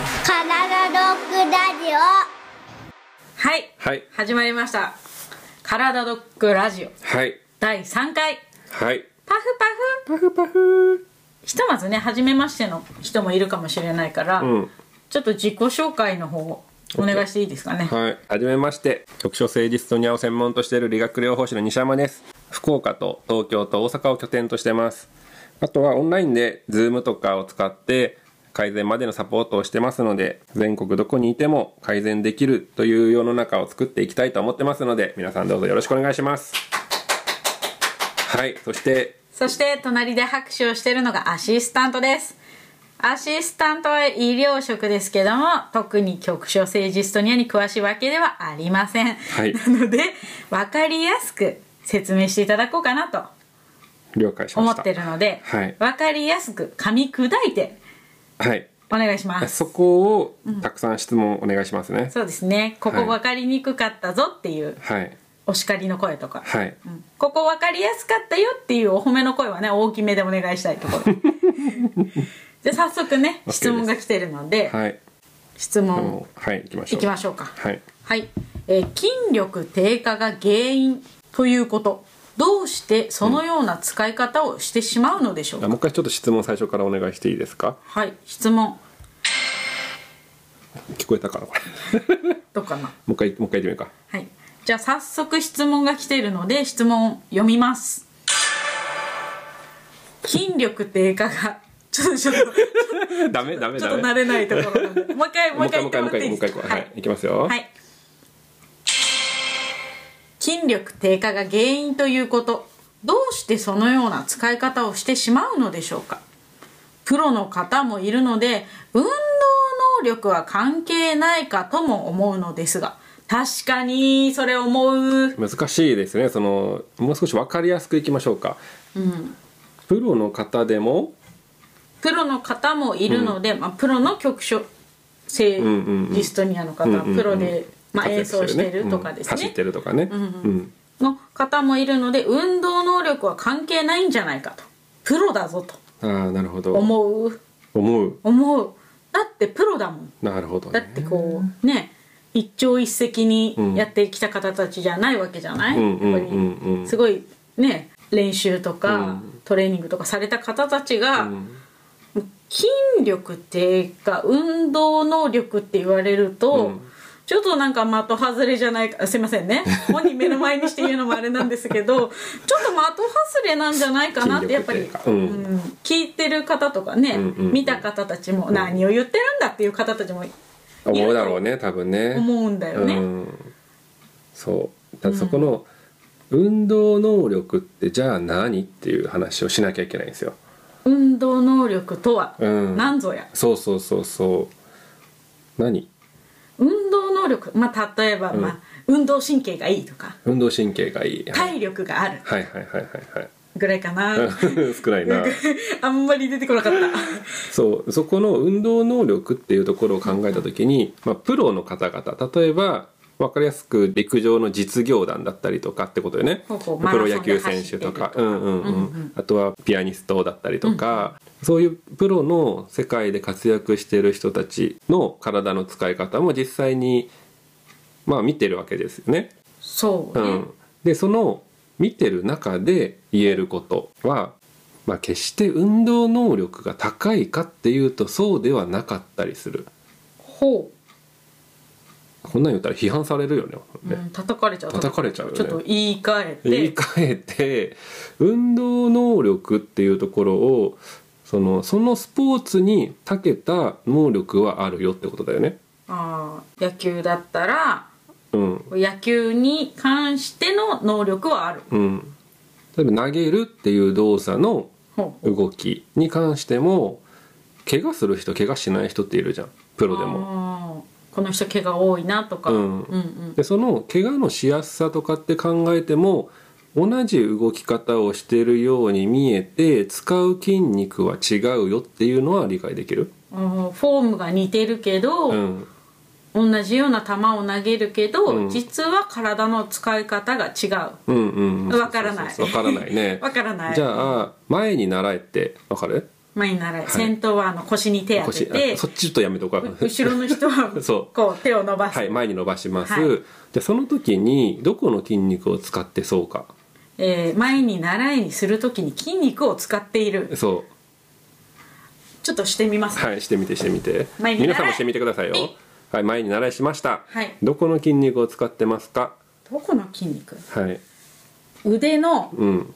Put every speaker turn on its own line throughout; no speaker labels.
体ドッグラジオ
はい、
はい
始まりました「カラダドッグラジオ
はい」
第3回
はい
パフパフ
パフパフ
ひとまずね初めましての人もいるかもしれないから、
うん
ちょっと自己紹介の方をお願いしていいですかね、
はいはじめまして局所誠実とニャを専門としている理学療法士の西山です福岡と東京と大阪を拠点としてますあとはオンラインで Zoom とかを使って改善までのサポートをしてますので全国どこにいても改善できるという世の中を作っていきたいと思ってますので皆さんどうぞよろしくお願いしますはいそして
そして隣で拍手をしてるのがアシスタントですアシスタントは医療職ですけども特に局所政治ストニアに詳しいわけではありません、
はい
なので分かりやすく説明していただこうかなと
了解しま
思
した
ってるので、
はい
分かりやすく噛み砕いて
はい
お願いし ます
そこをたくさん質問お願いしますね、
そうですねこ
は
こ
い
分かりにくかったぞっていう
はい
お叱りの声とか、
はい
うんここ分かりやすかったよっていうお褒めの声はね大きめでお願いしたいとこ ろじゃあ早速ね
OK です
質問が来てるので、
はい。
質問
もうはい、行きましょ。
いうきましょうか
はい。
はい、えー筋力低下が原因ということどうしてそのような使い方をしてしまうのでしょうか、
あもう一回ちょっと質問最初からお願いしていいですか。
はい質問
聞こえたかな、こ れ。
どうかな
もう一回、もう一回言ってみようか。
はい。じゃあ早速質問が来ているので質問読みます。筋力低下がちょっとちょっと
ダメ、ダメ、
ちょっ
ダ
と
メ。
慣れないところなんで。もう一回も
も
う
う
一
一
回
回、
言
も
っ
う一
ても
回、もう一
らっていいで
回、もう一
す
回、
か。
はい、いきますよ。
はい。筋力低下が原因ということどうしてそのような使い方をしてしまうのでしょうかプロの方もいるので運動能力は関係ないかとも思うのですが確かにそれ思う
難しいですね。その、もう少しわかりやすくいきましょうか。プロの方でも。
プロの方もいるので、まあ、プロの局所セ
んうんうん
リストニアの方、
うんうんうん
プロで、まあ、
活
演
躍
奏してるとか
うん
です
走っ
ね、
てるとかね。うん。
の方もいるので運動能力は関係ないんじゃないかとプロだぞと
ああ、なるほど。
思う
思う。
思うだってプロだもん
なるほどね。
だってこうね一朝一夕にやってきた方たちじゃないわけじゃない、
うんうん
やっぱり
うんうん
すごいね練習とか、トレーニングとかされた方たちが、筋力低下運動能力って言われると、ちょっとなんか的外れじゃないかすいませんね本人目の前にして言うのもあれなんですけ どちょっと的外れなんじゃないかなってやっぱり
筋力低下うん
うん聞いてる方とかね、
んうんうん
見た方たちも何を言ってるんだっていう方たちもい
思うだ
る
ろうね、多分ね。
と思うんだよね。
うん、そうだからそこの運動能力ってじゃあ何っていう話をしなきゃいけないんですよ
運動能力とは
うん
何ぞや、
そうそうそうそう何
運動能力、まあ、例えば、まあ、運動神経がいいとか
運動神経がいい、はい、
体力がある
はいはいはいは
ぐらいかな、
いはい 少ないな
あんまり出てこなかった
そうそこの運動能力っていうところを考えた時に、まあ、プロの方々例えば分かりやすく陸上の実業団だったりとかってことよね
ほうほう
プロ野球選手とかうんうんうん、あとはピアニストだったりとか、そういうプロの世界で活躍してる人たちの体の使い方も実際にまあ見てるわけですよね。
そう
う
ね、
ん、でその見てる中で言えることは、まあ、決して運動能力が高いかっていうとそうではなかったりする
ほ
こんなん言ったら批判されるよね。
う、うん、叩かれちゃう
叩かれちゃうよね
ちょっと言い換えて
言い換えて運動能力っていうところをそのそのスポーツに長けた能力はあるよってことだよね。
あー野球だったら
うん
野球に関しての能力はある
うん、例えば投げるっていう動作の
ほう
動きに関しても怪我する人怪我しない人っているじゃんプロでも。
もこの人毛が多いなとか、
う
う
ん
んうん
でその怪我のしやすさとかって考えても同じ動き方をしてるように見えて使う筋肉は違うよっていうのは理解できる、
あーフォームが似てるけど、
うん、
同じような球を投げるけど、
うん
実は体の使い方が違う
うんうんうん
わからない
そうそうそうわからないね
わからない
じゃあ前に習えってわかる
前に習い、先頭はあの腰に手当て
腰
て
あそっちちょっとやめとこう
う後ろの人は
そう
こう手を伸ばす、
はい前に伸ばします、
はい
じゃあその時にどこの筋肉を使ってそうか
えー前に習いにするときに筋肉を使っている
そ
ちょっとしてみます
うはいしてみてしてみて
前に習え
皆さんもしてみてくださいよ
はい
はい前に習いしました、
はい
どこの筋肉を使ってますか
どこの筋肉
はい
腕の
うん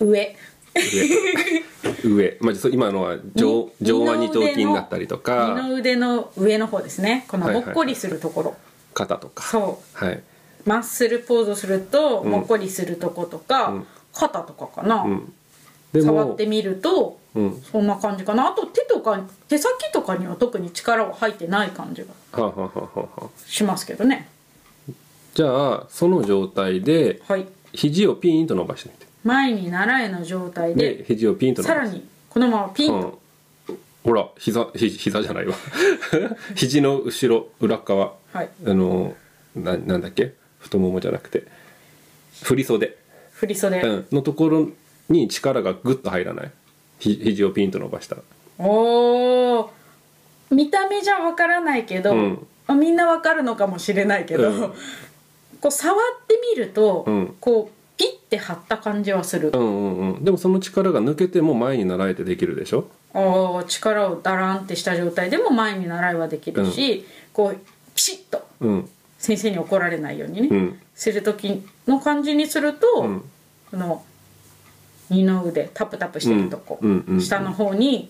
上
上 上まあそう今のは上
に
上腕二頭筋だったりと
二の
か
腕の上の方ですねこの
はい
も
はい
っこりするところ、
肩とか
そ
はい、
うマッスルポーズすると、
ん
もっこりするとことか、
ん
肩とかかな、
うん、で
触
も
ってみると、
うん
そんな感じかなあと手とか手先とかには特に力は入ってない感じが
はあはあはあはあはあ
しますけどね
じゃあその状態で
はい
肘をピンと伸ばしてみて
前に習えの状態
で
で
肘をピンと伸
さ
ば
ら
す
にこのままピンと、
うん、ほら膝ひ膝じゃないわ 肘の後ろ裏側
はい
あのななんだっけ太ももじゃなくて振り袖、
振り袖、
うん、のところに力がグッと入らないひ肘をピンと伸ばしたら
おお見た目じゃわからないけど、
うん
あみんなわかるのかもしれないけど、
うん
こう触ってみると、
うん
こうピッて張った感じはする
う、んうんうんでもその力が抜けても前に習えてできるでしょ
あー力をダランってした状態でも前に習いはできるし、こうピシッと
うん
先生に怒られないようにね、
うん
する時の感じにすると、
ん
この二の腕タプタプしてるとこ、
うんうんうんうん
下の方に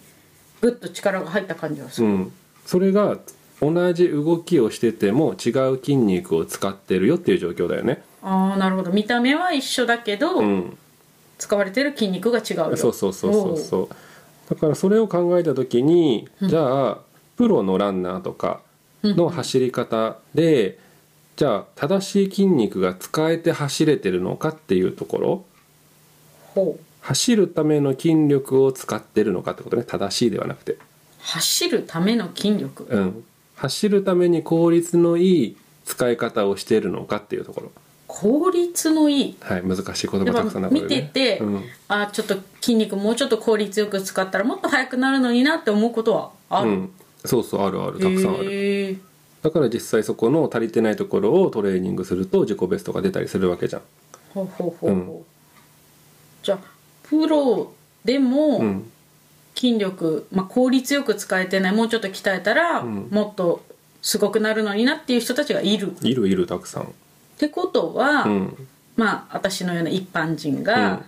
グッと力が入った感じがす
う
る、
んそれが同じ動きをしてても違う筋肉を使ってるよっていう状況だよね
ああなるほど見た目は一緒だけど、
うん
使われてる筋肉が違うよ
そうそうそうそうそうだからそれを考えた時に、じゃあプロのランナーとかの走り方で、じゃあ正しい筋肉が使えて走れてるのかっていうところ
おうほう
走るための筋力を使ってるのかってことね正しいではなくて、
走るための筋力、
うん、走るために効率のいい使い方をしてるのかっていうところ
効率のいい
はい難しい言葉
や
た
っ
くさ
ぱ
んだ
見てて、
うん、
あちょっと筋肉もうちょっと効率よく使ったらもっと速くなるのになって思うことはあ
う
る、
ん、そうそうあるあるたくさんある
へー
だから実際そこの足りてないところをトレーニングすると自己ベストが出たりするわけじゃん。
ほうほうほうほう、
うん
じゃあプロでも、
うん、
筋力、まあ、効率よく使えてないもうちょっと鍛えたら、
ん
もっとすごくなるのになっていう人たちがいるっ
いるいるたくさん。
てことは、
うん、
まあ私のような一般人
うん
が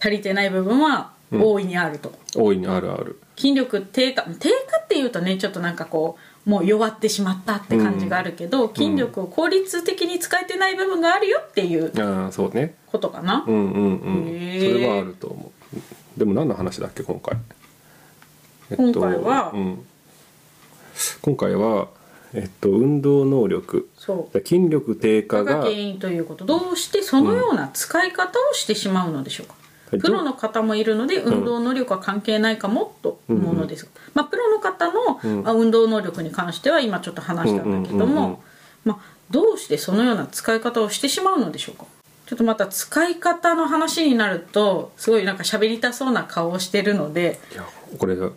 足りてない部分は大いにあると、
大いにあるある。
筋力低下低下っていうとねちょっとなんかこうもう弱ってしまったって感じがあるけど、筋力を効率的に使えてない部分があるよっていう
ああそうね。
ことかな、
うんうんうん。
へ
そ
ー
れはあると思う。でも何の話だっけ今回。えっと
今回は
うん、今回はえっと運動能力、
そう
筋力低下
が
が
原因ということどうしてそのような使い方をしてしまうのでしょうか、
うん
プロの方もいるので運動能力は関係ないかもと思うのですが、まあ、プロの方の、あ運動能力に関しては今ちょっと話したんだけど
うんうん
も、
うんうん
まあ、どうしてそのような使い方をしてしまうのでしょうかちょっとまた使い方の話になるとすごいなんか喋りたそうな顔をしてるので
いやこれ終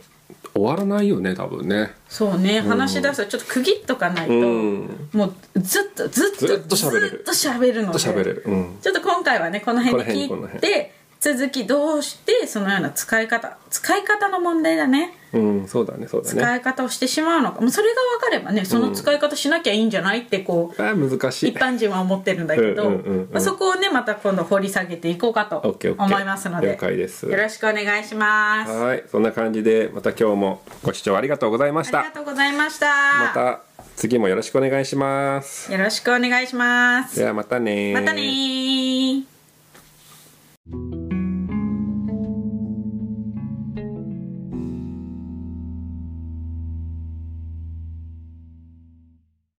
わらないよね多分ね。
そうね話し出すとちょっと区切っとかないと、
うん。
もうずっとずっと
ずっと喋れる
ずっと喋るので
喋れる。うん。
ちょっと今回はねこの辺で
この
聞い
辺こ
て続きどうしてそのような使い方使い方の問題だね
うんそうだねそうだね。
使い方をしてしまうのかもうそれが分かればねその使い方しなきゃいいんじゃないってこう、
あー難しい
一。般人は思ってるんだけど、
うんうんうんうん
まあ、そこをねまた今度掘り下げていこうかと
オッケーオッケー
思いますので
了解です
よろしくお願いします。あ
はい、そんな感じでまた今日もご視聴ありがとうございまし
り
た。
がとうございました
また次もよろしくお願いします。
よろしくお願いします。
ではまたね
またねー